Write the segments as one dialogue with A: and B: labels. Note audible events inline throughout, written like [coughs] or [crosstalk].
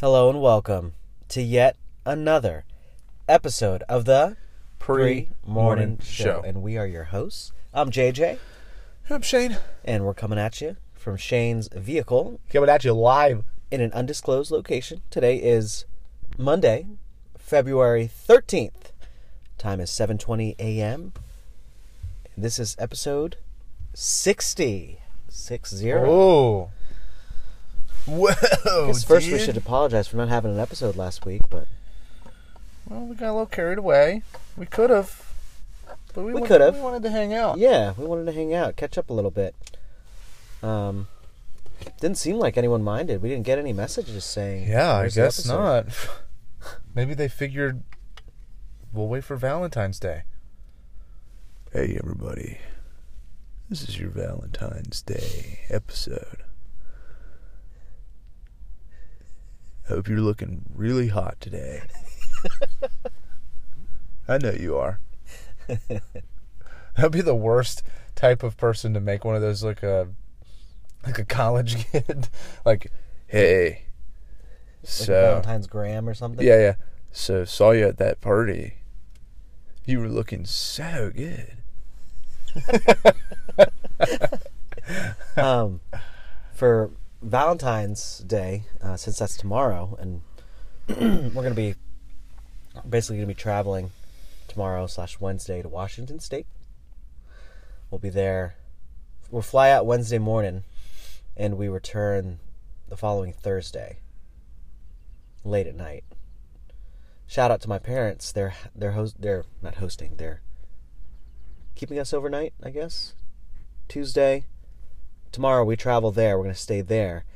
A: Hello and welcome to yet another episode of the Pre Morning Show. And we are your hosts. I'm JJ,
B: I'm Shane.
A: and we're coming at you from Shane's vehicle
B: Coming at you live.
A: in an undisclosed location. Today is Monday, February 13th. Time is 7:20 a.m. And This is episode 60. 60.
B: Oh. Whoa.
A: Because first we
B: Oh, dude.
A: should apologize for not having an episode last week, but
B: Well, we got a little carried away. We could have. But we,
A: We
B: wa-
A: could've.
B: We wanted to hang out.
A: yeah, we wanted to hang out, catch up a little bit. Um, didn't seem like anyone minded. We didn't get any messages saying.
B: Yeah, I
A: "Where's the
B: guess
A: episode?"
B: not. [laughs] Maybe they figured we'll wait for Valentine's Day.
C: Hey, everybody. This is your Valentine's Day episode. I hope you're looking really hot
B: [laughs]
C: today. I know you are.
B: That'd be the worst type of person to make one of those like a like
C: [laughs]
B: a college kid. like,
C: Hey.
A: Like
C: So,
A: Valentine's Graham or something.
C: yeah, yeah. So, saw you at that party. You were looking so good.
A: um, for Valentine's Day, uh, since that's tomorrow, and [clears throat] we're gonna be basically gonna be traveling tomorrow slash Wednesday to Washington State. We'll be there. We'll fly out Wednesday morning, and we return the following Thursday, late at night. Shout out to my parents. They're they're host they're not hosting. They're keeping us overnight, I guess. Tuesday, tomorrow we travel there. We're gonna stay there,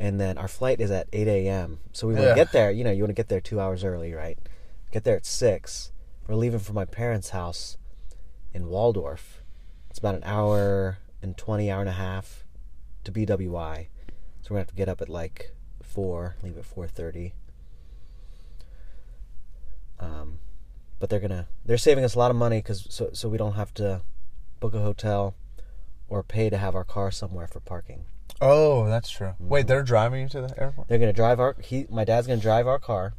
A: and then our flight is at eight a.m. So we want to
B: Yeah.
A: get there. You know, you want to get there two hours early, right? Get there at six. We're leaving from my parents' house in Waldorf. It's about an hour and twenty hour and a half to BWI. So we're gonna have to get up at like four, leave at four thirty. Um, but they're gonna they're saving us a lot of money because so so we don't have to book a hotel or pay to have our car somewhere for parking.
B: oh, that's true. Wait,
C: Mm-hmm.
B: they're driving you to the airport?
A: They're gonna drive our he my dad's gonna drive our car,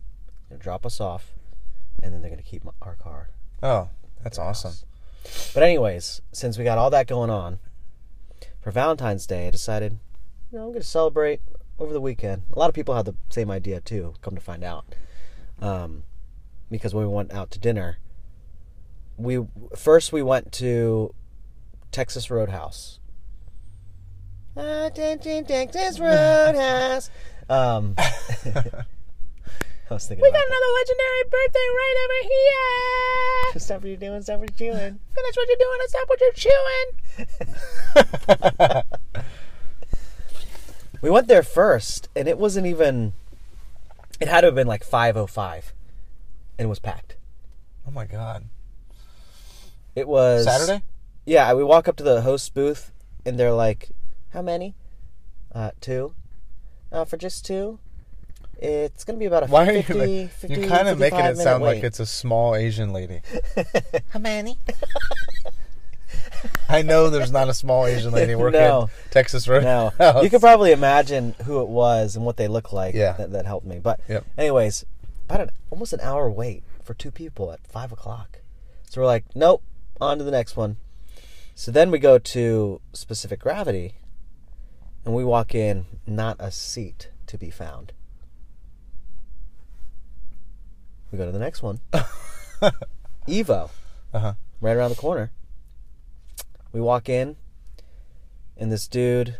A: gonna drop us off, and then they're gonna keep my, our car.
B: Oh, that's awesome.
A: But anyways, since we got all that going on, for Valentine's Day, I decided, you know, I'm going to celebrate over the weekend. A lot of people had the same idea too. Come to find out, um, because when we went out to dinner, we first we went to Texas Roadhouse. Ah, dun, dun, Texas Roadhouse. [laughs] Um, I was thinking. We got another legendary birthday right over here. [laughs] Stop what you're doing. Stop what you're doing. Finish what you're doing and stop what you're chewing. [laughs] We went there first, and it wasn't even. It had to have been like five oh five, and it was packed.
B: Oh my god.
A: It was
B: Saturday?
A: Yeah, we walk up to the host booth, and they're like, "How many? Uh, two. Uh, for just two, it's gonna be about a
B: Why are
A: 50,
B: you like,
A: 50,
B: you're kind of making
A: 55
B: it sound
A: minute
B: like
A: wait.
B: it's a small
A: [laughs]
B: Asian lady.
A: how many?
B: [laughs] I know there's not a small
A: [laughs]
B: Asian lady working
A: No.
B: at Texas Road.
A: No,
B: [laughs]
A: you could probably imagine who it was and what they look like.
B: Yeah.
A: that, that helped me. But
B: Yep.
A: anyways, about an, almost an hour wait for two people at five o'clock. So we're like, nope, on to the next one. So then we go to Specific Gravity, and we walk in, not a seat to be found. We go to the next
B: [laughs]
A: one, Evo
B: Uh-huh.
A: right around the corner. We walk in, and this dude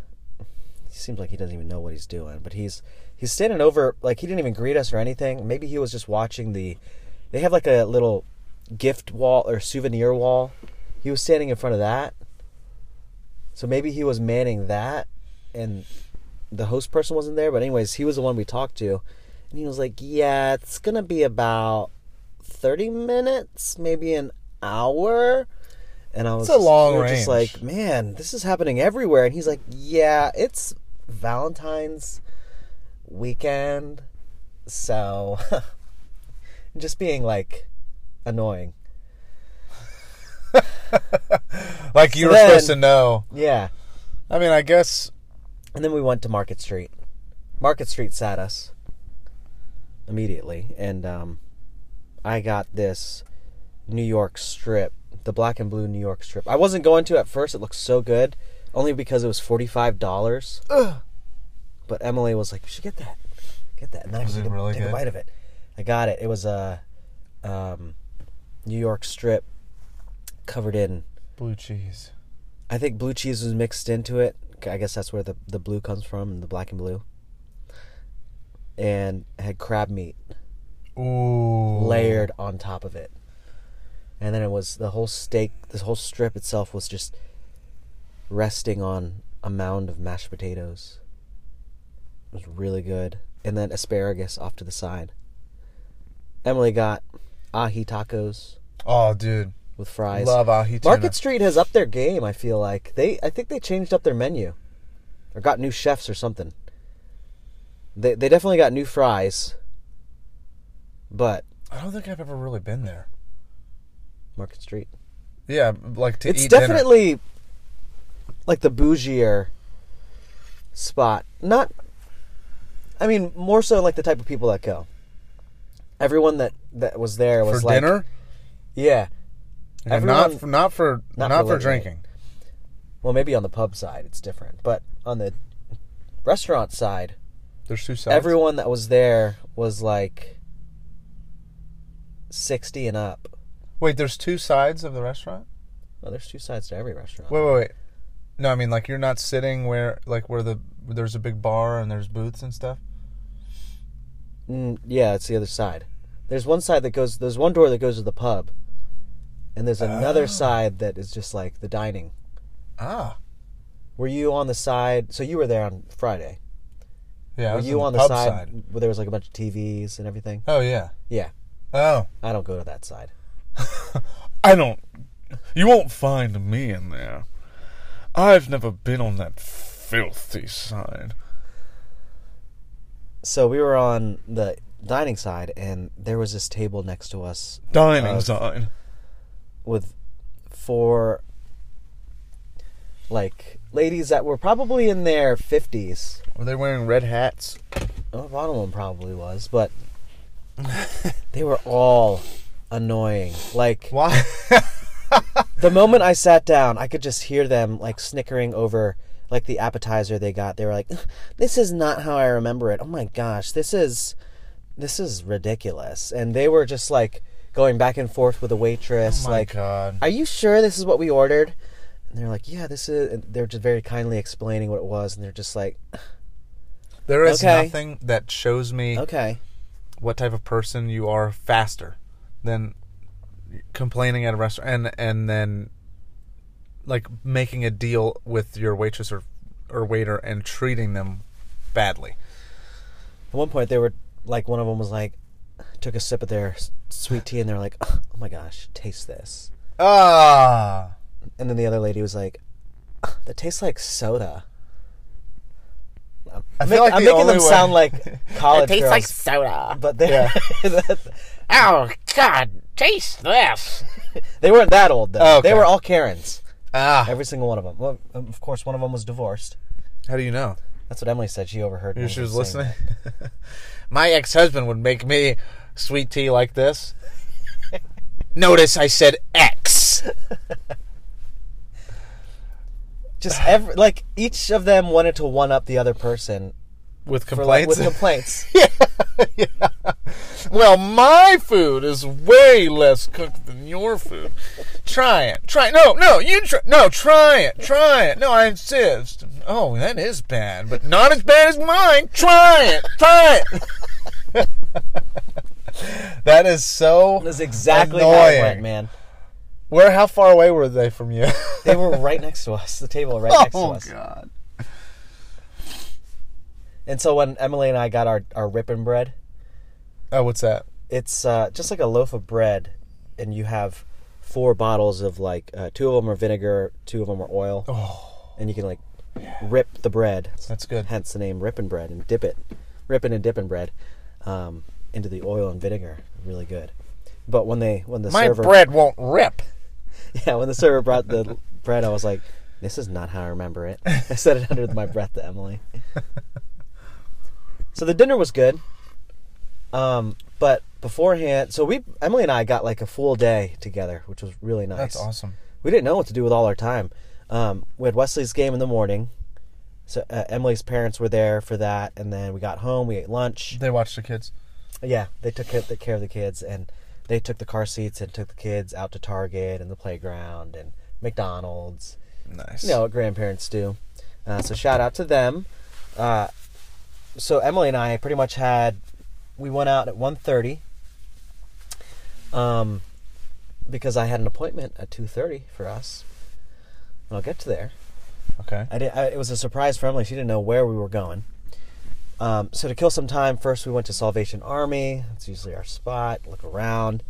A: he seems like he doesn't even know what he's doing, but he's he's standing over like he didn't even greet us or anything. Maybe he was just watching the they have like a little gift wall or souvenir wall. He was standing in front of that. So maybe he was manning that and the host person wasn't there, but anyways, he was the one we talked to. And he was like, "Yeah, it's going to be about 30 minutes, maybe an hour. And I was
B: It's a long
A: we were
B: range.
A: just like, man, this is happening everywhere. And he's like, yeah, it's Valentine's weekend. So [laughs] just being like annoying.
B: Like you
A: So
B: were
A: then-
B: supposed to know.
A: Yeah.
B: I mean, I guess
A: And then we went to Market Street. Market Street sat us. immediately, and um, I got this New York strip, the black and blue New York strip. I wasn't going to at first; it looked so good, only because it was forty five dollars. But Emily was like, "You should get that, get that," and I
B: Was
A: took
B: it
A: a-
B: really
A: took a
B: good?
A: bite of it. I got it. It was a um, New York strip covered in
B: Blue cheese.
A: I think blue cheese was mixed into it. I guess that's where the, the blue comes from, and the black and blue. And it had crab meat
B: Ooh.
A: layered on top of it. And then it was the whole steak, this whole strip itself was just resting on a mound of mashed potatoes. It was really good. And then asparagus off to the side. Emily got ahi tacos
B: Oh, dude.
A: with fries.
B: Love ahi tuna.
A: Market Street has upped their game. I feel like they. I think they changed up their menu, or got new chefs or something. They they definitely got new fries. But
B: I don't think I've ever really been there.
A: Market Street,
B: Yeah, like to
A: it's
B: eat dinner.
A: definitely like the bougier spot. Not, I mean, more so like the type of people that go. Everyone that that was there was
B: for
A: like,
B: dinner.
A: yeah.
B: Yeah, not
A: everyone-
B: for, not for
A: Not
B: not,
A: for
B: for,
A: late night.
B: drinking.
A: Well, maybe on the pub side it's different, but on the restaurant side.
B: There's two sides.
A: everyone that was there was like 60 and up.
B: Wait, there's two sides of the restaurant.
A: Well, there's two sides to every restaurant.
B: Wait, wait, wait. No, I mean like you're not sitting where like where the there's a big bar and there's booths and stuff.
A: Mm, yeah, it's the other side. There's one side that goes, there's one door that goes to the pub, and there's another side that is just like the dining.
B: Ah,
A: Were you on the side? So you were there on Friday.
B: yeah. I
A: Were
B: was
A: you
B: in
A: on the
B: pub
A: side, where there was like a bunch of TVs and everything?
B: Oh yeah.
A: Yeah,
B: Oh,
A: I don't go to that side.
C: I don't. You won't find me in there. I've never been on that filthy side.
A: So we were on the dining side, and there was this table next to us
C: Dining
A: Uh,
C: side.
A: with four like ladies that were probably in their 50s.
B: were they wearing red hats?
A: Oh, one of them probably was, but they were all annoying. Like
B: [laughs] Why?
A: the moment I sat down, I could just hear them like snickering over like the appetizer they got. They were like, "This is not how I remember it. Oh my gosh, this is this is ridiculous." And they were just like going back and forth with the waitress
B: Oh my
A: like
B: God.
A: are you sure this is what we ordered? And they're like, yeah, this is. And they're just very kindly explaining what it was, and they're just
B: [laughs]
A: like,
B: There is
A: Okay.
B: nothing that shows me
A: okay,
B: what type of person you are faster than complaining at a restaurant and and then like making a deal with your waitress or or waiter and treating them badly.
A: At one point, they were like, one of them was like, took a sip of their s- sweet tea, and they're like, oh my gosh, taste this.
B: Ah.
A: And then the other lady was like, "Ugh, that tastes like soda. I'm,
B: I feel
A: make-
B: like
A: I'm
B: the
A: making them
B: only way-
A: sound
B: [laughs]
A: like
D: Oh,
A: college girls,
D: soda.
A: but they
D: Oh, God, taste this.
A: [laughs] they weren't that old though.
B: Oh, okay.
A: They were all Karens,
B: Ah.
A: every single one of them. Well, of course, one of them was divorced.
B: How do you know?
A: That's what Emily said. She overheard. me
B: She was
A: saying
B: listening. [laughs] My ex-husband would make me sweet tea
A: [laughs]
B: like this. Notice I said X.
A: just every like each of them wanted to one up the other person
B: With
A: for like
B: complaints.
A: with complaints.
B: [laughs]
C: Well, my food is way less cooked than your food.
B: try it. Try no, no, you try no, try it. Try it. No, I insist. Oh, that is bad, but not as bad as mine. Try it. Try it. [laughs] that is so
A: That's exactly how it went,
B: Annoying.
A: man.
B: Where how far away were they from you?
A: [laughs] They were right next to us, the table
B: [laughs]
A: right next to us.
B: Oh, god.
A: And so when Emily and I got our our rippin' bread,
B: Oh, what's that?
A: it's uh, just like a loaf of bread, and you have four bottles of like uh, two of them are vinegar, two of them are oil, and you can like rip the bread.
B: Oh. That's good.
A: Hence the name rippin' bread and dip it, rippin' and dippin' bread, um, into the oil and vinegar. Really good. But when they when the
B: My
A: server
B: bread won't rip.
A: [laughs] Yeah, when the server brought the bread, I was like, "This is not how I remember it." [laughs] I said it
B: [laughs]
A: under my breath to Emily. so the dinner was good. Um, but beforehand, so we Emily and I got like a full day together, which was really nice.
B: That's awesome.
A: We didn't know what to do with all our time. Um, we had Wesley's game in the morning. So uh, Emily's parents were there for that, and then we got home. We ate lunch.
B: They watch the kids.
A: Yeah, they took care, took care of the kids, and they took the car seats and took the kids out to Target and the playground and McDonald's.
B: Nice.
A: You know what grandparents do. Uh, so shout out to them. Uh, so Emily and I pretty much had we went out at 1.30 um, because I had an appointment at 2.30 for us. And I'll get to there.
B: Okay.
A: I did, I, it was a surprise for Emily. She didn't know where we were going. Um, so to kill some time, first we went to Salvation Army. That's usually our spot. Look around.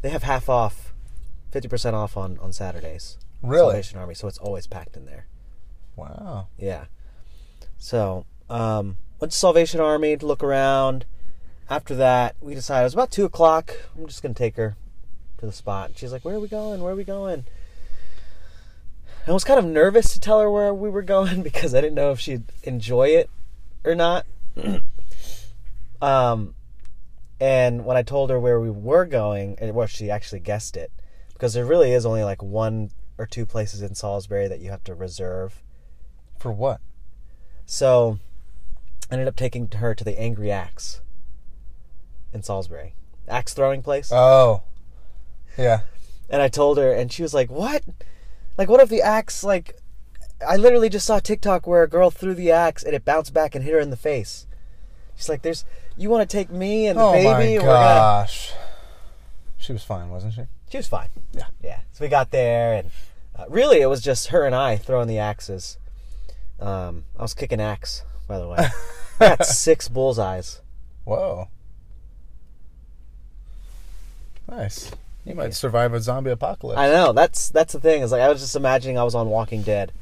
A: They have half off, fifty percent off on on Saturdays.
B: Really?
A: Salvation Army. So it's always packed in there.
B: Wow.
A: Yeah. So um, went to Salvation Army to look around. After that, we decided it was about two o'clock. I'm just gonna take her to the spot. She's like, "Where are we going? Where are we going?" I was kind of nervous to tell her where we were going [laughs] because I didn't know if she'd enjoy it or not. [clears throat] um, and when I told her where we were going, and well, she actually guessed it because there really is only like one or two places in Salisbury that you have to reserve.
B: For what?
A: So I ended up taking her to the Angry Axe in Salisbury. Axe throwing place.
B: Oh. Yeah.
A: and I told her and she was like, "What? Like what if the axe like I literally just saw TikTok where a girl threw the axe and it bounced back and hit her in the face." She's like, "There's you want to take me and the
B: oh
A: baby?
B: my
A: We're gonna-"
B: gosh. She was fine, wasn't she?
A: She was fine.
B: Yeah.
A: Yeah. So we got there and uh, really it was just her and I throwing the axes. Um, I was kicking axe, by
B: [laughs]
A: the way. I got six bullseyes.
B: Whoa. Nice. You might survive a zombie apocalypse.
A: I know that's that's the thing. Is like I was just imagining I was on Walking Dead,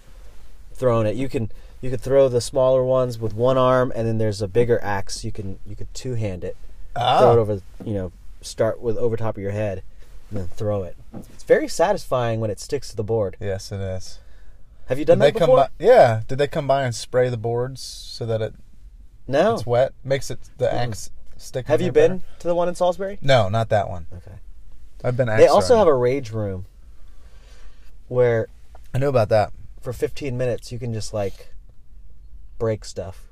A: throwing it. You can you could throw the smaller ones with one arm, and then there's a bigger axe. You can you could two hand it, throw it
B: ah,
A: over. You know, start with over top of your head, and then throw it. It's very satisfying when it sticks to the board.
B: yes, it is.
A: Have you done
B: Did they
A: that
B: come
A: before?
B: by? Yeah. Did they come by and spray the boards so that it
A: no.
B: it's wet? Makes it the axe
A: Oh.
B: stick. in
A: Hmm. Have
B: there
A: you been
B: better?
A: to the one in Salisbury?
B: No, not that one.
A: Okay.
B: I've been.
A: They also have a rage room, where
B: I knew about that.
A: for 15 minutes you can just like break stuff.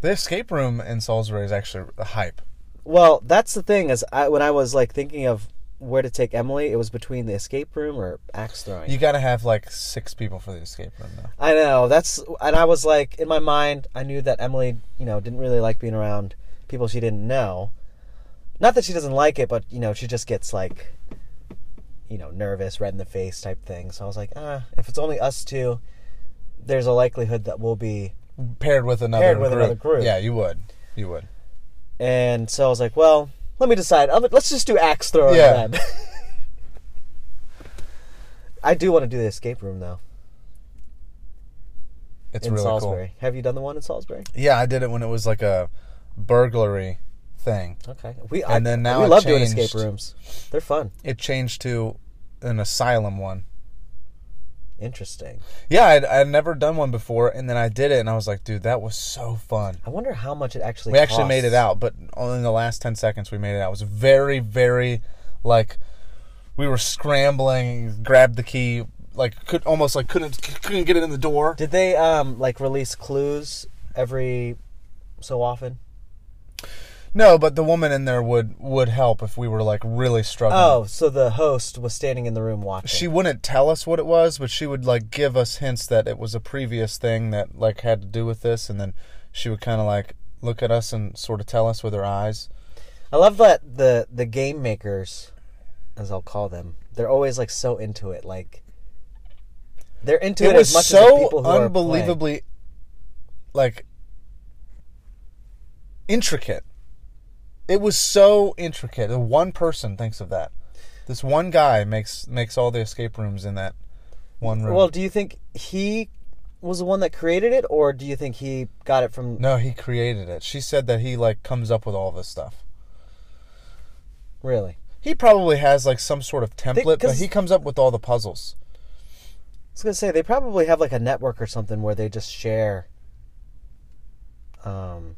B: The escape room in Salisbury is actually a hype.
A: Well, that's the thing is I, when I was like thinking of where to take Emily, it was between the escape room or axe throwing.
B: You got to have like six people for the escape room though.
A: I know that's, and I was like in my mind, I knew that Emily, you know, didn't really like being around people she didn't know. Not that she doesn't like it, but you know, she just gets like, you know, nervous, red in the face type thing. So I was like, ah, if it's only us two, there's a likelihood that we'll be
B: Paired with another
A: Paired with
B: group.
A: another group.
B: Yeah, you would. You would.
A: And so I was like, well, let me decide. I'm, let's just do axe throwing
B: Yeah.
A: then. [laughs] I do want to do the escape room though
B: It's
A: in
B: really
A: Salisbury. Have you done the one in Salisbury?
B: cool. Yeah, I did it when it was like a burglary thing.
A: Okay. We
B: And
A: I,
B: then now
A: we
B: it
A: love doing
B: changed.
A: escape rooms. They're fun.
B: It changed to an asylum one.
A: Interesting.
B: Yeah, I'd, I'd never done one before, and then I did it, and I was like, dude, that was so fun.
A: I wonder how much it actually.
B: We actually made
A: costs.
B: it out, but only in the last 10 seconds we made it out. It was very, very, like, we were scrambling, grabbed the key, like, could almost, like, couldn't couldn't get it in the door.
A: Did they um like release clues every so often?
B: No, but the woman in there would would help if we were, like, really struggling.
A: Oh, so the host was standing in the room watching.
B: she wouldn't tell us what it was, but she would like give us hints that it was a previous thing that like had to do with this, and then she would kind of like look at us and sort of tell us with her eyes.
A: I love that the the game makers, as I'll call them, they're always like so into it. Like they're into it,
B: it
A: as
B: was
A: much as the
B: so
A: people who are playing.
B: unbelievably like intricate. It was so intricate. The One person thinks of that. This one guy makes makes all the escape rooms in that one room.
A: Well, do you think he was the one that created it, or do you think he got it from?
B: no, he created it. She said that he like comes up with all this stuff.
A: Really?
B: He probably has like some sort of template, but
A: 'cause-
B: he comes up with all the puzzles.
A: I was gonna say they probably have like a network or something where they just share um,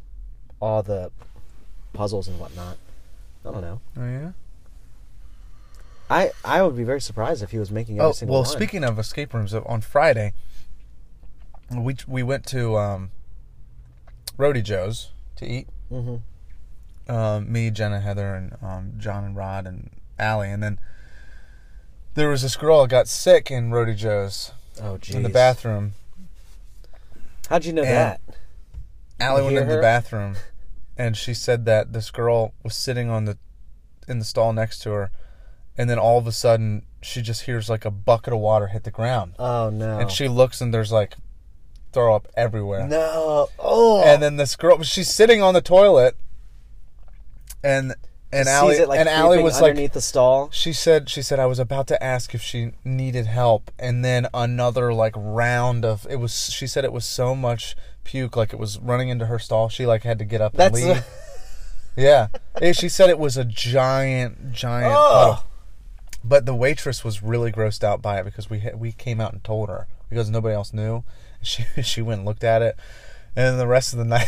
A: all the puzzles and whatnot. I don't know.
B: Oh yeah.
A: I I would be very surprised if he was making every
B: Oh
A: single
B: well,
A: one.
B: speaking of escape rooms, uh, on Friday we we went to um, Roadie Joe's to eat.
A: Mhm.
B: Um, me, Jenna, Heather, and um, John and Rod and Allie, and then there was this girl that got sick in Roadie Joe's
A: oh geez,
B: in the bathroom.
A: How'd you know
B: And-
A: that?
B: Allie went
A: hear
B: into the
A: her?
B: bathroom, and she said that this girl was sitting on the in the stall next to her, and then all of a sudden she just hears like a bucket of water hit the ground,
A: Oh no.
B: and she looks and there's like throw up everywhere.
A: no. Oh.
B: And then this girl, she's sitting on the toilet, and and
A: Sees
B: Allie
A: it, like,
B: and Allie
A: creeping
B: was
A: underneath
B: like.
A: the stall.
B: She said she said I was about to ask if she needed help and then another like round of it was she said it was so much puke like it was running into her stall she like had to get up
A: That's
B: and leave. Yeah. It- she said it was a giant, giant.
A: Ugh.
B: puddle. But the waitress was really grossed out by it because we had, we came out and told her because nobody else knew. She [laughs] she went and looked at it, and then the rest of the [laughs] night,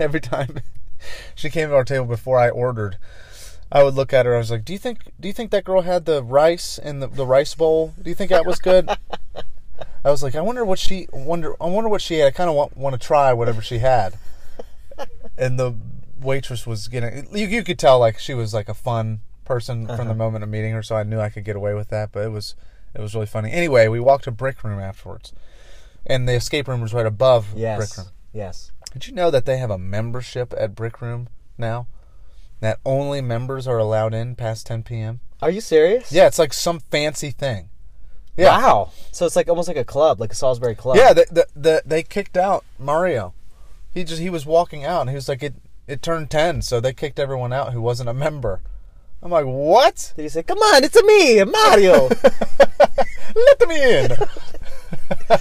B: every time she came to our table before I ordered, I would look at her. I was like, "Do you think do you think that girl had the rice and the, the rice bowl? Do you think that was good?" I was like, "I wonder what she wonder I wonder what she had. I kind of want want to try whatever she had." and the waitress was getting you, you could tell like she was like a fun person from the moment of meeting her so i knew i could get away with that but it was it was really funny anyway we walked to brick room afterwards and the escape room was right above
A: [laughs] yes.
B: brick room
A: Yes.
B: did you know that they have a membership at brick room now that only members are allowed in past 10 p.m
A: Are you serious?
B: yeah it's like some fancy thing yeah
A: Wow. So it's like almost like a club, like a Salisbury club.
B: Yeah, the, the, the, they kicked out Mario. He just he was walking out and he was like it it turned 10, so they kicked everyone out who wasn't a member. I'm like, "What? [laughs]
A: Did he say, "Come on, it's a me, Mario"?
B: Let me
A: [laughs]
B: in."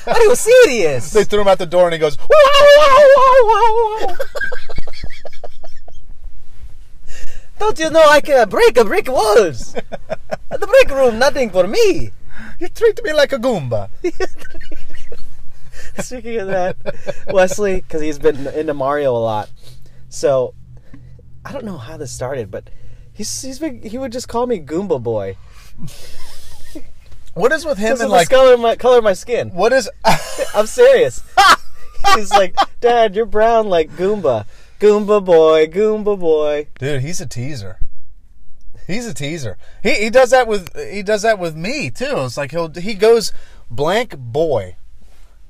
A: Are you serious?
B: they threw him out the door and he goes, "Wow, wow, wow,
A: Oh.
B: wow." wow."
A: Don't you know I can break a brick
B: [laughs]
A: walls? At the break room, nothing for me.
B: you treat me like a goomba.
A: [laughs] Speaking of that, Wesley, because he's been into Mario a lot, so I don't know how this started, but he's he's been, he would just call me Goomba Boy.
B: What is with him
A: This is
B: and like
A: the color of my color of my skin.
B: what is [laughs]
A: I'm serious. he's like, Dad, you're brown like Goomba, Goomba Boy, Goomba Boy.
B: Dude, he's a teaser. He's a teaser. He he does that with he does that with me too. It's like he'll he goes blank boy.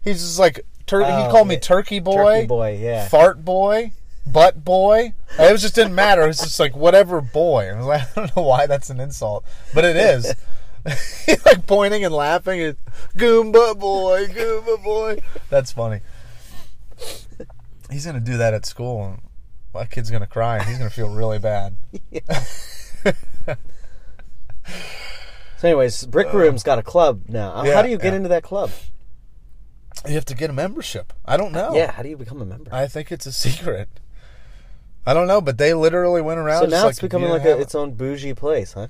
B: He's just like tur- he
A: Oh,
B: called me
A: yeah.
B: turkey boy,
A: Turkey boy, yeah.
B: fart boy, butt boy. It was just didn't matter. It's just like whatever boy. I was like, [laughs] I don't know why that's an insult, but it is. [laughs] He's like pointing and laughing. And, Goomba boy, Goomba boy. That's funny. He's gonna do that at school. and My kid's gonna cry. and He's gonna feel really bad.
A: So, anyways, Brick Room's got a club now.
B: Uh,
A: Uh,
B: yeah,
A: how do you get
B: yeah.
A: into that club?
B: You have to get a membership. I don't know.
A: Yeah, how do you become a member?
B: I think it's a secret. I don't know, but they literally went around.
A: so
B: just
A: now
B: like,
A: it's becoming
B: you
A: like
B: have-
A: a, its own bougie place, huh?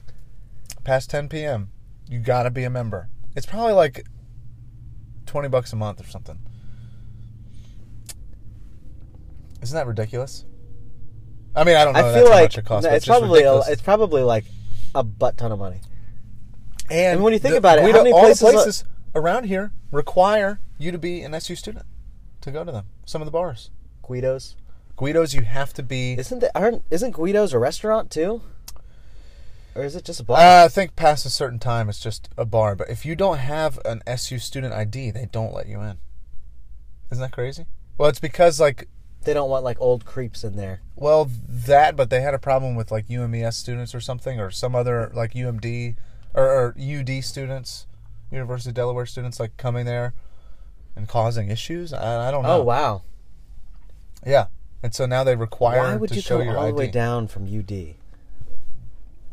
B: past 10 p.m. You gotta be a member. It's probably like 20 bucks a month or something. Isn't that ridiculous? I mean, I don't know.
A: I
B: Oh, that's
A: feel
B: how
A: like
B: much it costs,
A: no,
B: but
A: it's, probably a,
B: ridiculous.
A: it's probably like a butt ton of money.
B: And
A: And when you think
B: the-
A: about it,
B: we
A: how
B: don't-
A: many
B: all
A: places
B: the
A: are-
B: places around here require you to be an SU student to go to them. Some of the bars,
A: Guido's
B: Guido's, you have to be.
A: isn't that aren't isn't Guido's a restaurant too, or is it just a bar?
B: Uh, I think past a certain time, it's just a bar. But if you don't have an SU student ID, they don't let you in. Isn't that crazy? Well, it's because like,
A: they don't want like old creeps in there.
B: well, that. But they had a problem with like UMES students or something, or some other like UMD or, or UD students, University of Delaware students, like coming there and causing issues. I, I don't know.
A: Oh wow!
B: Yeah, and so now they require
A: Why would
B: to
A: you
B: show
A: come
B: your
A: all
B: ID.
A: the way down from UD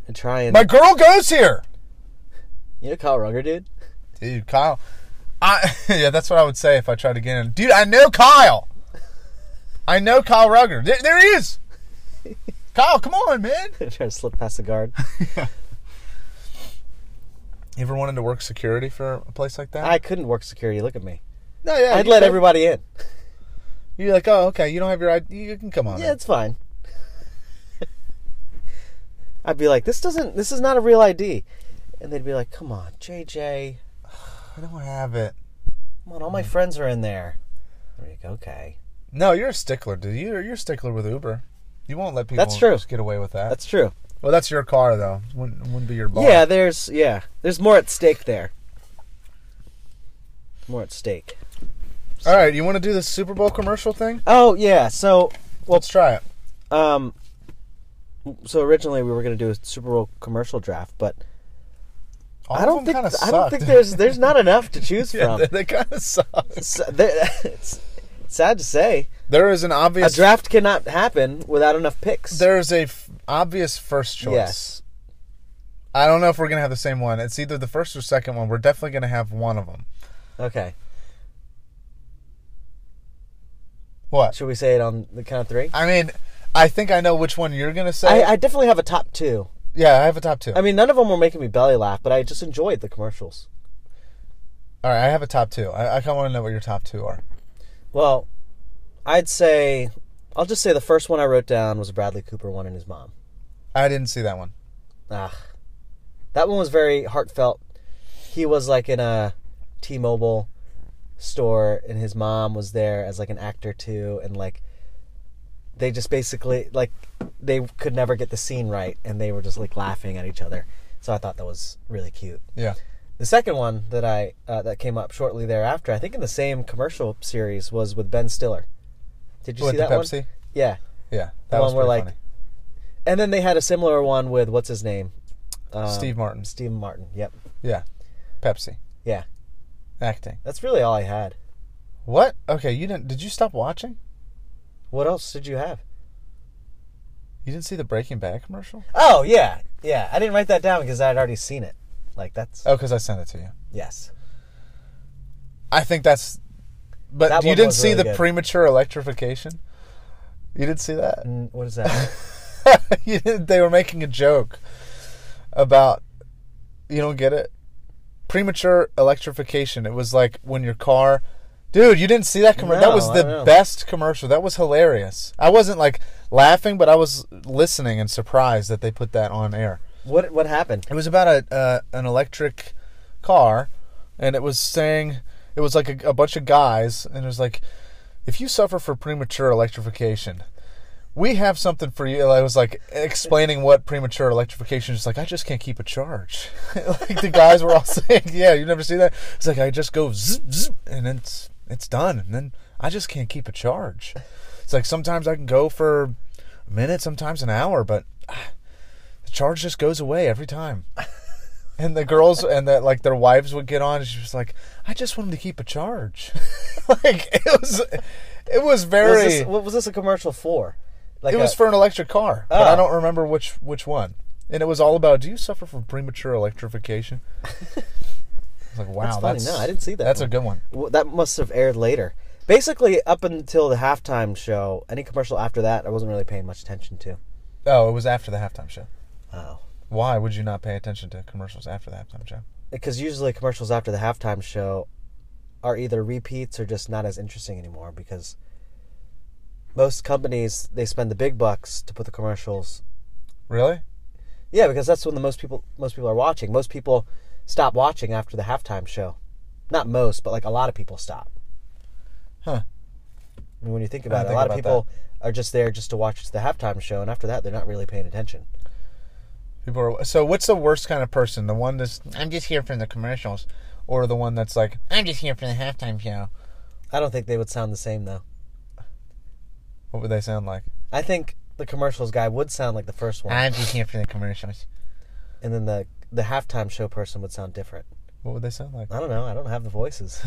A: and try and
B: My girl goes here.
A: you know Kyle Runger, dude? [laughs]
B: Dude, Kyle. I [laughs] yeah, that's what I would say if I tried to get him. Dude, I know Kyle. I know Kyle Rugger. There, there he is. Kyle, come on, man. You
A: Trying to slip past the
B: [laughs]
A: guard.
B: ever wanted to work security for a place like that?
A: I couldn't work security. Look at me.
B: no, yeah,
A: I'd
B: you
A: let
B: could.
A: everybody in.
B: You're like, oh, okay. You don't have your ID. You can come on.
A: Yeah,
B: in.
A: it's fine. [laughs] I'd be like, this doesn't, this is not a real ID. And they'd be like, come on, JJ.
B: I don't have it.
A: Come on, all my friends are in there. I'm like, okay.
B: No, you're a stickler, dude. You're you're a stickler with Uber. You won't let people
A: That's true.
B: just get away with that.
A: That's true.
B: well, that's your car though. Wouldn't wouldn't be your bar.
A: Yeah, there's, yeah, there's more at stake there. More at stake.
B: All right, you want to do this Super Bowl commercial thing?
A: Oh, yeah, so, well,
B: Let's try it.
A: Um. So originally we were gonna do a Super Bowl commercial draft, but
B: All
A: I don't
B: of
A: think
B: them kinda
A: I don't
B: sucked.
A: think
B: [laughs]
A: there's there's not enough to choose
B: yeah,
A: from.
B: they, kind of suck.
A: S- there- [laughs] it's sad to say,
B: There is an
A: a
B: obvious
A: draft cannot happen without enough picks.
B: there is a f- obvious first choice.
A: yes,
B: I don't know if we're gonna have the same one. It's either the first or second one. We're definitely gonna have one of them.
A: okay.
B: What?
A: Should we say it on the count of three?
B: I mean, I think I know which one you're gonna say.
A: I, I definitely have a top two.
B: yeah, I have a top two.
A: I mean, none of them were making me belly laugh, but I just enjoyed the commercials.
B: All right, I have a top two. I, I kind of want to know what your top two are.
A: Well, I'd say I'll just say the first one I wrote down was a Bradley Cooper one and his mom.
B: I didn't see that one.
A: Ah, that one was very heartfelt. He was like in a T-Mobile store, and his mom was there as like an actor too, and like they just basically like they could never get the scene right, and they were just like laughing at each other. So I thought that was really cute.
B: Yeah.
A: The second one that I uh, that came up shortly thereafter, I think in the same commercial series, was with Ben Stiller. Did you
B: Oh, With
A: see
B: the
A: that
B: Pepsi?
A: one? Yeah,
B: Yeah.
A: the
B: That was
A: one where
B: pretty
A: like,
B: funny.
A: and then they had a similar one with what's his name, um,
B: Steve Martin.
A: Steve Martin. Yep.
B: Yeah. Pepsi.
A: Yeah.
B: Acting.
A: That's really all I had.
B: What? Okay, you didn't did you stop watching?
A: What else did you have?
B: You didn't see the Breaking Bad commercial?
A: Oh yeah, yeah. I didn't write that down because I had already seen it. Like that's
B: Oh, because I sent it to you.
A: yes.
B: I think that's. But
A: That
B: you
A: one
B: didn't
A: was
B: see
A: really
B: the
A: good.
B: premature electrification. You didn't see that. [laughs]
A: Mm, What is that?
B: you didn't, they were making a joke about. You don't get it. Premature electrification. It was like when your car. Dude, you didn't see that commercial. that
A: No,
B: was
A: I don't
B: the
A: know.
B: best commercial. That was hilarious. I wasn't like laughing, but I was listening and surprised that they put that on air.
A: what what happened?
B: It was about a uh, an electric car, and it was saying it was like a, a bunch of guys, and it was like, if you suffer for premature electrification, we have something for you. And I was like explaining what premature electrification is. Like I just can't keep a charge. [laughs] like the guys were all [laughs] saying, yeah, you never see that. It's like I just go zzz, zzz, and then it's it's done, and then I just can't keep a charge. It's like sometimes I can go for a minute, sometimes an hour, but ah, the charge just goes away every time. [laughs] And the girls and that like their wives would get on, and she was like, "I just want him to keep a charge." [laughs] like it was, it was
A: Was
B: very.
A: this, what was this a commercial for? Like
B: it was
A: a-
B: for an electric car, but I
A: Oh.
B: don't remember which which one. And it was all about, "Do you suffer from premature
A: [laughs]
B: electrification?" I was like, "Wow,
A: That's
B: that's,
A: funny. No, I didn't see that
B: That's a
A: one.
B: good one."
A: Well, that must have aired later. Basically, up until the halftime show, any commercial after that, I wasn't really paying much attention to.
B: Oh, it was after the halftime show.
A: Oh,
B: Why would you not pay attention to commercials after the halftime show?
A: because usually commercials after the halftime show are either repeats or just not as interesting anymore because most companies they spend the big bucks to put the commercials
B: Really?
A: yeah because that's when the most people most people are watching most people stop watching after the halftime show not most but like a lot of people stop
B: Huh.
A: i mean when you think about it
B: think
A: a lot of
B: about
A: people are just there just to watch the halftime show and after that they're not really paying attention
B: People are. So, what's the worst kind of person? The one that's I'm just here for the commercials, or the one that's like
D: I'm just here for the halftime show.
A: i don't think they would sound the same though
B: what would they sound like?
A: i think the commercials guy would sound like the first one
D: I'm just here for the commercials.
A: and then the the halftime show person would sound different.
B: What would they sound like?
A: I don't know. I don't have the voices.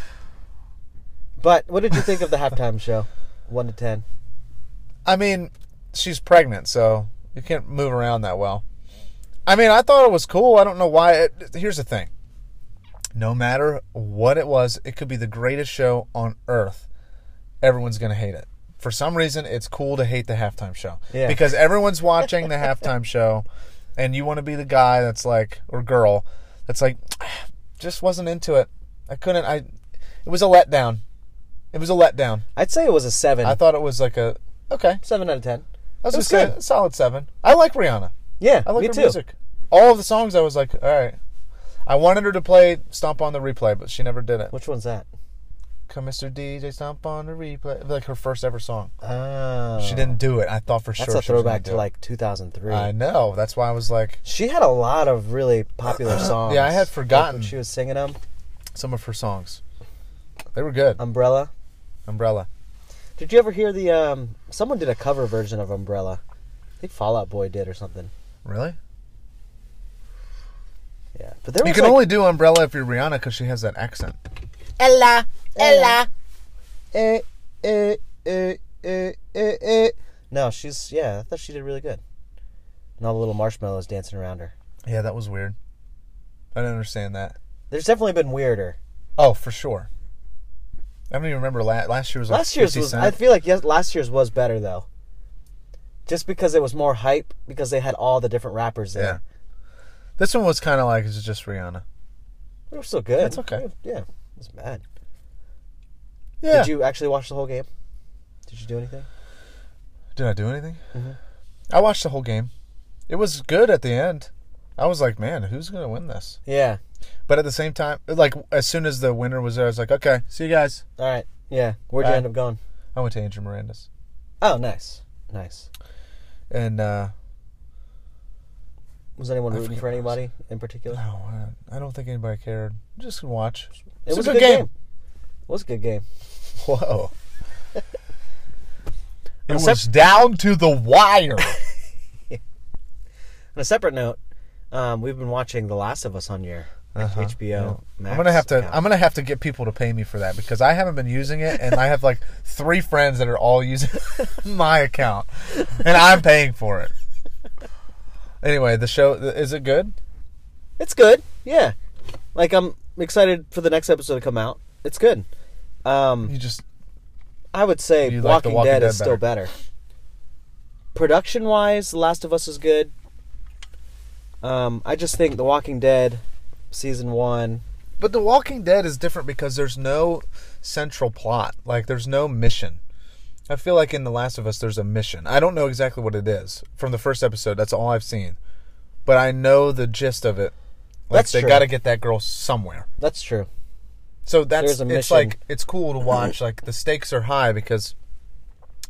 A: [laughs] but what did you think of the halftime show? One to ten.
B: I mean, she's pregnant, so you can't move around that well. I mean, I thought it was cool. I don't know why. It, here's the thing no matter what it was, it could be the greatest show on earth. Everyone's going to hate it. For some reason, it's cool to hate the halftime show
A: Yeah.
B: because everyone's watching the halftime show, and you want to be the guy that's like, or girl, [sighs] that's like, just wasn't into it. I couldn't. I. It was a letdown. It was a letdown.
A: I'd say it was a seven.
B: I thought it was like a okay.
A: seven out of ten.
B: I was,
A: It was
B: gonna say,
A: good.
B: solid seven. I like Rihanna.
A: Yeah,
B: I like
A: me
B: her
A: too.
B: music. All of the songs, I was like, all right. I wanted her to play "Stomp on the Replay," but she never did it.
A: Which one's that?
B: Come, Mr. DJ, stomp on the replay. Like her first ever song.
A: Oh,
B: She didn't do it. I thought for
A: That's a
B: sure. Ah, she was gonna
A: throwback
B: do
A: to
B: it.
A: like 2003.
B: I know. That's why I was like,
A: She had a lot of really popular songs.
B: [coughs] Yeah, I had
A: Like,
B: forgotten.
A: she was singing them.
B: some of her songs. They were good.
A: Umbrella.
B: Umbrella.
A: Did you ever hear the? um Someone did a cover version of Umbrella. I think Fallout Boy did or something.
B: Really?
A: Yeah, but there
B: You
A: was
B: can
A: like,
B: only do Umbrella if you're Rihanna because she has that accent.
D: Ella, Ella.
A: Eh, eh, eh, eh, eh, eh. No, she's yeah. I thought she did really good. And all the little marshmallows dancing around her.
B: Yeah, that was weird. I didn't understand that.
A: There's definitely been weirder.
B: Oh, for sure. I don't even remember last last year was like
A: Last year's
B: 50
A: was.
B: Cent.
A: I feel like yes, last year's was better though. Just because it was more hype, because they had all the different rappers there.
B: yeah. This one was kind of like it's just Rihanna.
A: They were still good.
B: That's okay.
A: Yeah, it was bad.
B: Yeah.
A: Did you actually watch the whole game? Did you do anything?
B: Did I do anything?
A: Mm-hmm.
B: I watched the whole game. It was good at the end. I was like, man, who's gonna win this?
A: Yeah.
B: But at the same time, like as soon as the winner was there, I was like, okay, see you guys.
A: All right. Yeah. Where'd you
B: Bye.
A: end up going?
B: I went to Andrew Miranda's,
A: Oh, nice, nice.
B: and uh,
A: Was anyone
B: I
A: rooting
B: forget
A: for
B: what it was.
A: anybody in particular?
B: no, oh, I I don't think anybody cared. Just watch.
A: It
B: It's
A: was
B: a
A: a
B: good
A: good
B: game.
A: game. It was a good game. [laughs]
B: Whoa. It
A: On a
B: was down to the wire.
A: On a separate note, um, we've been watching The Last of Us on your HBO Max.
B: Uh-huh. I'm gonna have to.
A: account.
B: I'm gonna have to get people to pay me for that because I haven't been using it, and I
A: [laughs]
B: have like three friends that are all using [laughs] my
A: [laughs]
B: account, and I'm paying for it. Anyway, the show is it good?
A: It's good. Yeah. Like I'm excited for the next episode to come out. It's good. Um,
B: You just
A: I would say
B: You
A: Walking,
B: like The Walking
A: Dead,
B: Dead
A: is still better. Production wise, The Last of Us is good. Um, I just think The Walking Dead season one.
B: But The Walking Dead is different because there's no central plot. Like there's no mission. I feel like in The Last of Us there's a mission. I don't know exactly what it is. From the first episode, that's all I've seen. But I know the gist of it. Like
A: That's
B: they
A: true.
B: got to get that girl somewhere.
A: That's true.
B: So that's
A: There's a
B: it's
A: mission.
B: like it's cool to watch like the stakes are high because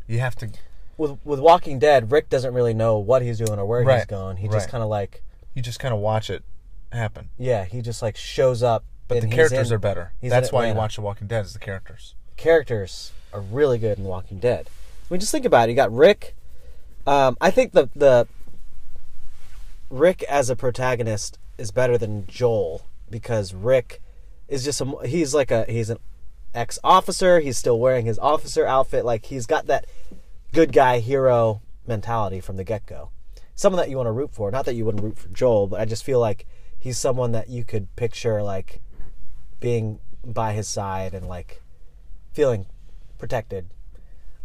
B: you have to
A: With with Walking Dead, Rick doesn't really know what he's doing or where he's
B: Right.
A: going. He just
B: Right.
A: kind of like
B: you just kind of watch it happen.
A: yeah, he just like shows up.
B: But
A: and
B: the
A: he's
B: characters
A: in-
B: are better.
A: he's in
B: That's why you
A: Atlanta.
B: watch The Walking Dead is the characters.
A: characters are really good in Walking Dead. I mean, just think about it. You got Rick. Um, I think the the Rick as a protagonist is better than Joel because Rick is just some. He's like a he's an ex officer. He's still wearing his officer outfit. Like he's got that good guy hero mentality from the get go. Someone that you want to root for. Not that you wouldn't root for Joel, but I just feel like he's someone that you could picture like being by his side and like feeling protected.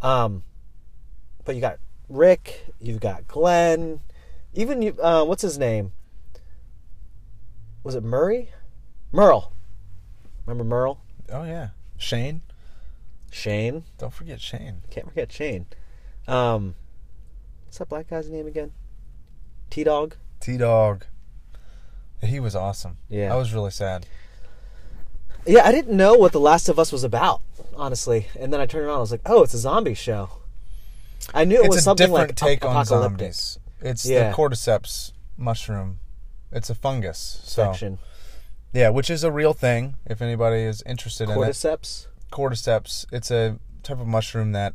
A: Um, but you got Rick, you've got Glenn, even you. Uh, what's his name? Was it Murray? Merle. Remember Merle?
B: Oh yeah. Shane,
A: Shane.
B: don't forget Shane.
A: Can't forget Shane. Um, what's that black guy's name again? T Dog.
B: T Dog. He was awesome.
A: Yeah.
B: I was really sad.
A: Yeah, I didn't know what The Last of Us was about, honestly. And then I turned it on. I was like, oh, it's a zombie show. I knew it was
B: It's a
A: something
B: different
A: like
B: take on
A: apocalyptic
B: zombies. It's
A: Yeah.
B: the cordyceps mushroom. It's a fungus. So
A: section.
B: yeah, which is a real thing. If anybody is interested in it,
A: Cordyceps.
B: cordyceps. It's a type of mushroom that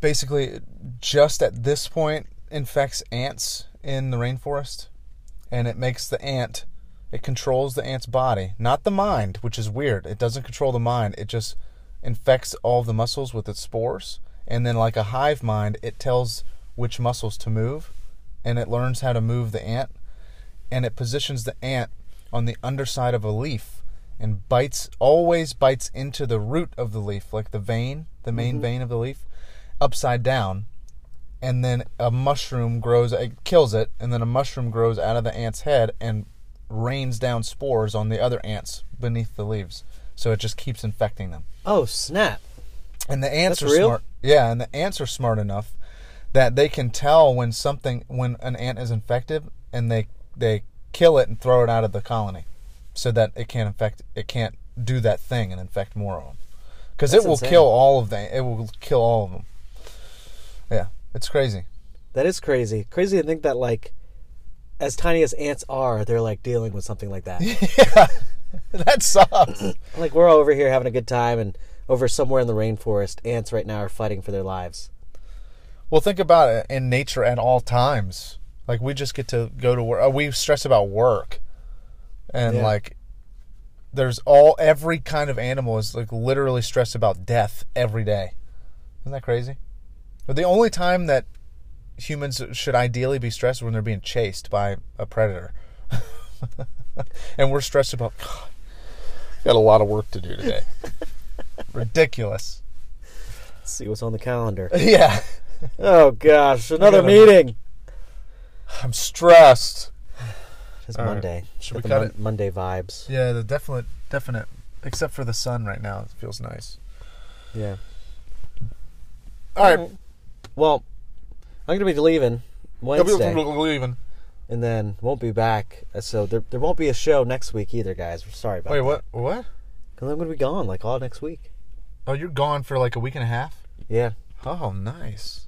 B: basically just at this point infects ants in the rainforest and it makes the ant it controls the ant's body, not the mind, which is weird. It doesn't control the mind. It just infects all the muscles with its spores and then like a hive mind, it tells which muscles to move and it learns how to move the ant and it positions the ant on the underside of a leaf and bites always bites into the root of the leaf like the vein the main vein of the leaf upside down and then a mushroom grows it kills it and then a mushroom grows out of the ant's head and rains down spores on the other ants beneath the leaves so it just keeps infecting them.
A: Oh snap!
B: And the ants
A: That's
B: are
A: real?
B: smart. Yeah, and the ants are smart enough that they can tell when something when an ant is infected, and they they kill it and throw it out of the colony, so that it can't infect it can't do that thing and infect more of them. Because it
A: That's
B: will
A: insane.
B: kill all of them. It will kill all of them. Yeah, it's crazy. [laughs]
A: That is crazy. Crazy to think that like, as tiny as ants are, they're like dealing with something like
B: [laughs]
A: that.
B: that sucks.
A: like we're over here having a good time, and over somewhere in the rainforest, ants right now are fighting for their lives.
B: Well, think about it in nature at all times. Like we just get to go to work. We stress about work, and
A: Yeah.
B: like there's all every kind of animal is like literally stressed about death every day. Isn't that crazy? But the only time that humans should ideally be stressed when they're being chased by a predator, [laughs] and we're stressed about. God, got a lot of work to do today. Ridiculous. [laughs]
A: Let's see what's on the calendar.
B: Yeah,
A: oh gosh, another
B: gotta-
A: meeting.
B: I'm stressed.
A: It's
B: All right.
A: Monday.
B: Should
A: Got
B: we
A: the
B: cut
A: Mon-
B: it?
A: Monday vibes.
B: Yeah, the definite, definite. Except for the sun right now, it feels nice.
A: Yeah.
B: All right,
A: Well, I'm gonna be leaving Wednesday,
B: leaving.
A: and then won't be back. uh, So there, there won't be a show next week either, guys. We're sorry about.
B: Wait, what? What?
A: Because I'm gonna be gone like all next week.
B: Oh, you're gone for like a week and a half.
A: Yeah.
B: Oh, nice.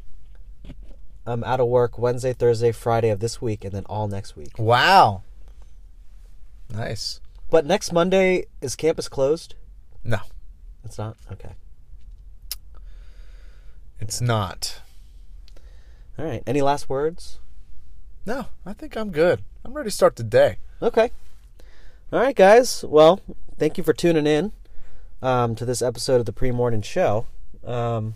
A: I'm out of work Wednesday, Thursday, Friday of this week, and then all next week.
B: Wow. Nice.
A: But next Monday is campus closed.
B: No,
A: It's not okay.
B: it's not.
A: All right. Any last words?
B: No, I think I'm good. I'm ready to start the day.
A: Okay. All right, guys. Well, thank you for tuning in um, to this episode of the Pre Morning Show. Um,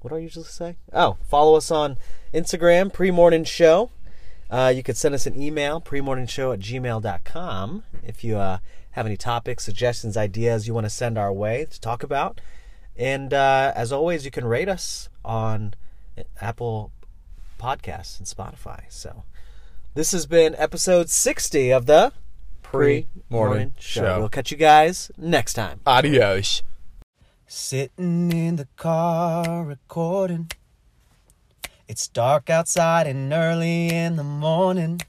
A: what do I usually say? Oh, follow us on Instagram, Pre Morning Show. Uh, you could send us an email, premorningshow at gmail.com, if you uh, have any topics, suggestions, ideas you want to send our way to talk about. And uh, as always, you can rate us on Apple Podcasts and Spotify. So this has been episode 60 of the
B: Pre-morning show.
A: We'll catch you guys next time.
B: Adios.
A: Sitting in the car recording. It's dark outside and early in the morning.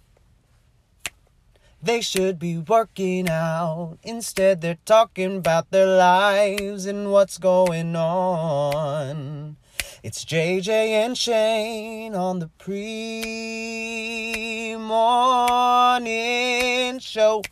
A: They should be working out. Instead, they're talking about their lives and what's going on. It's JJ and Shane on the pre morning show.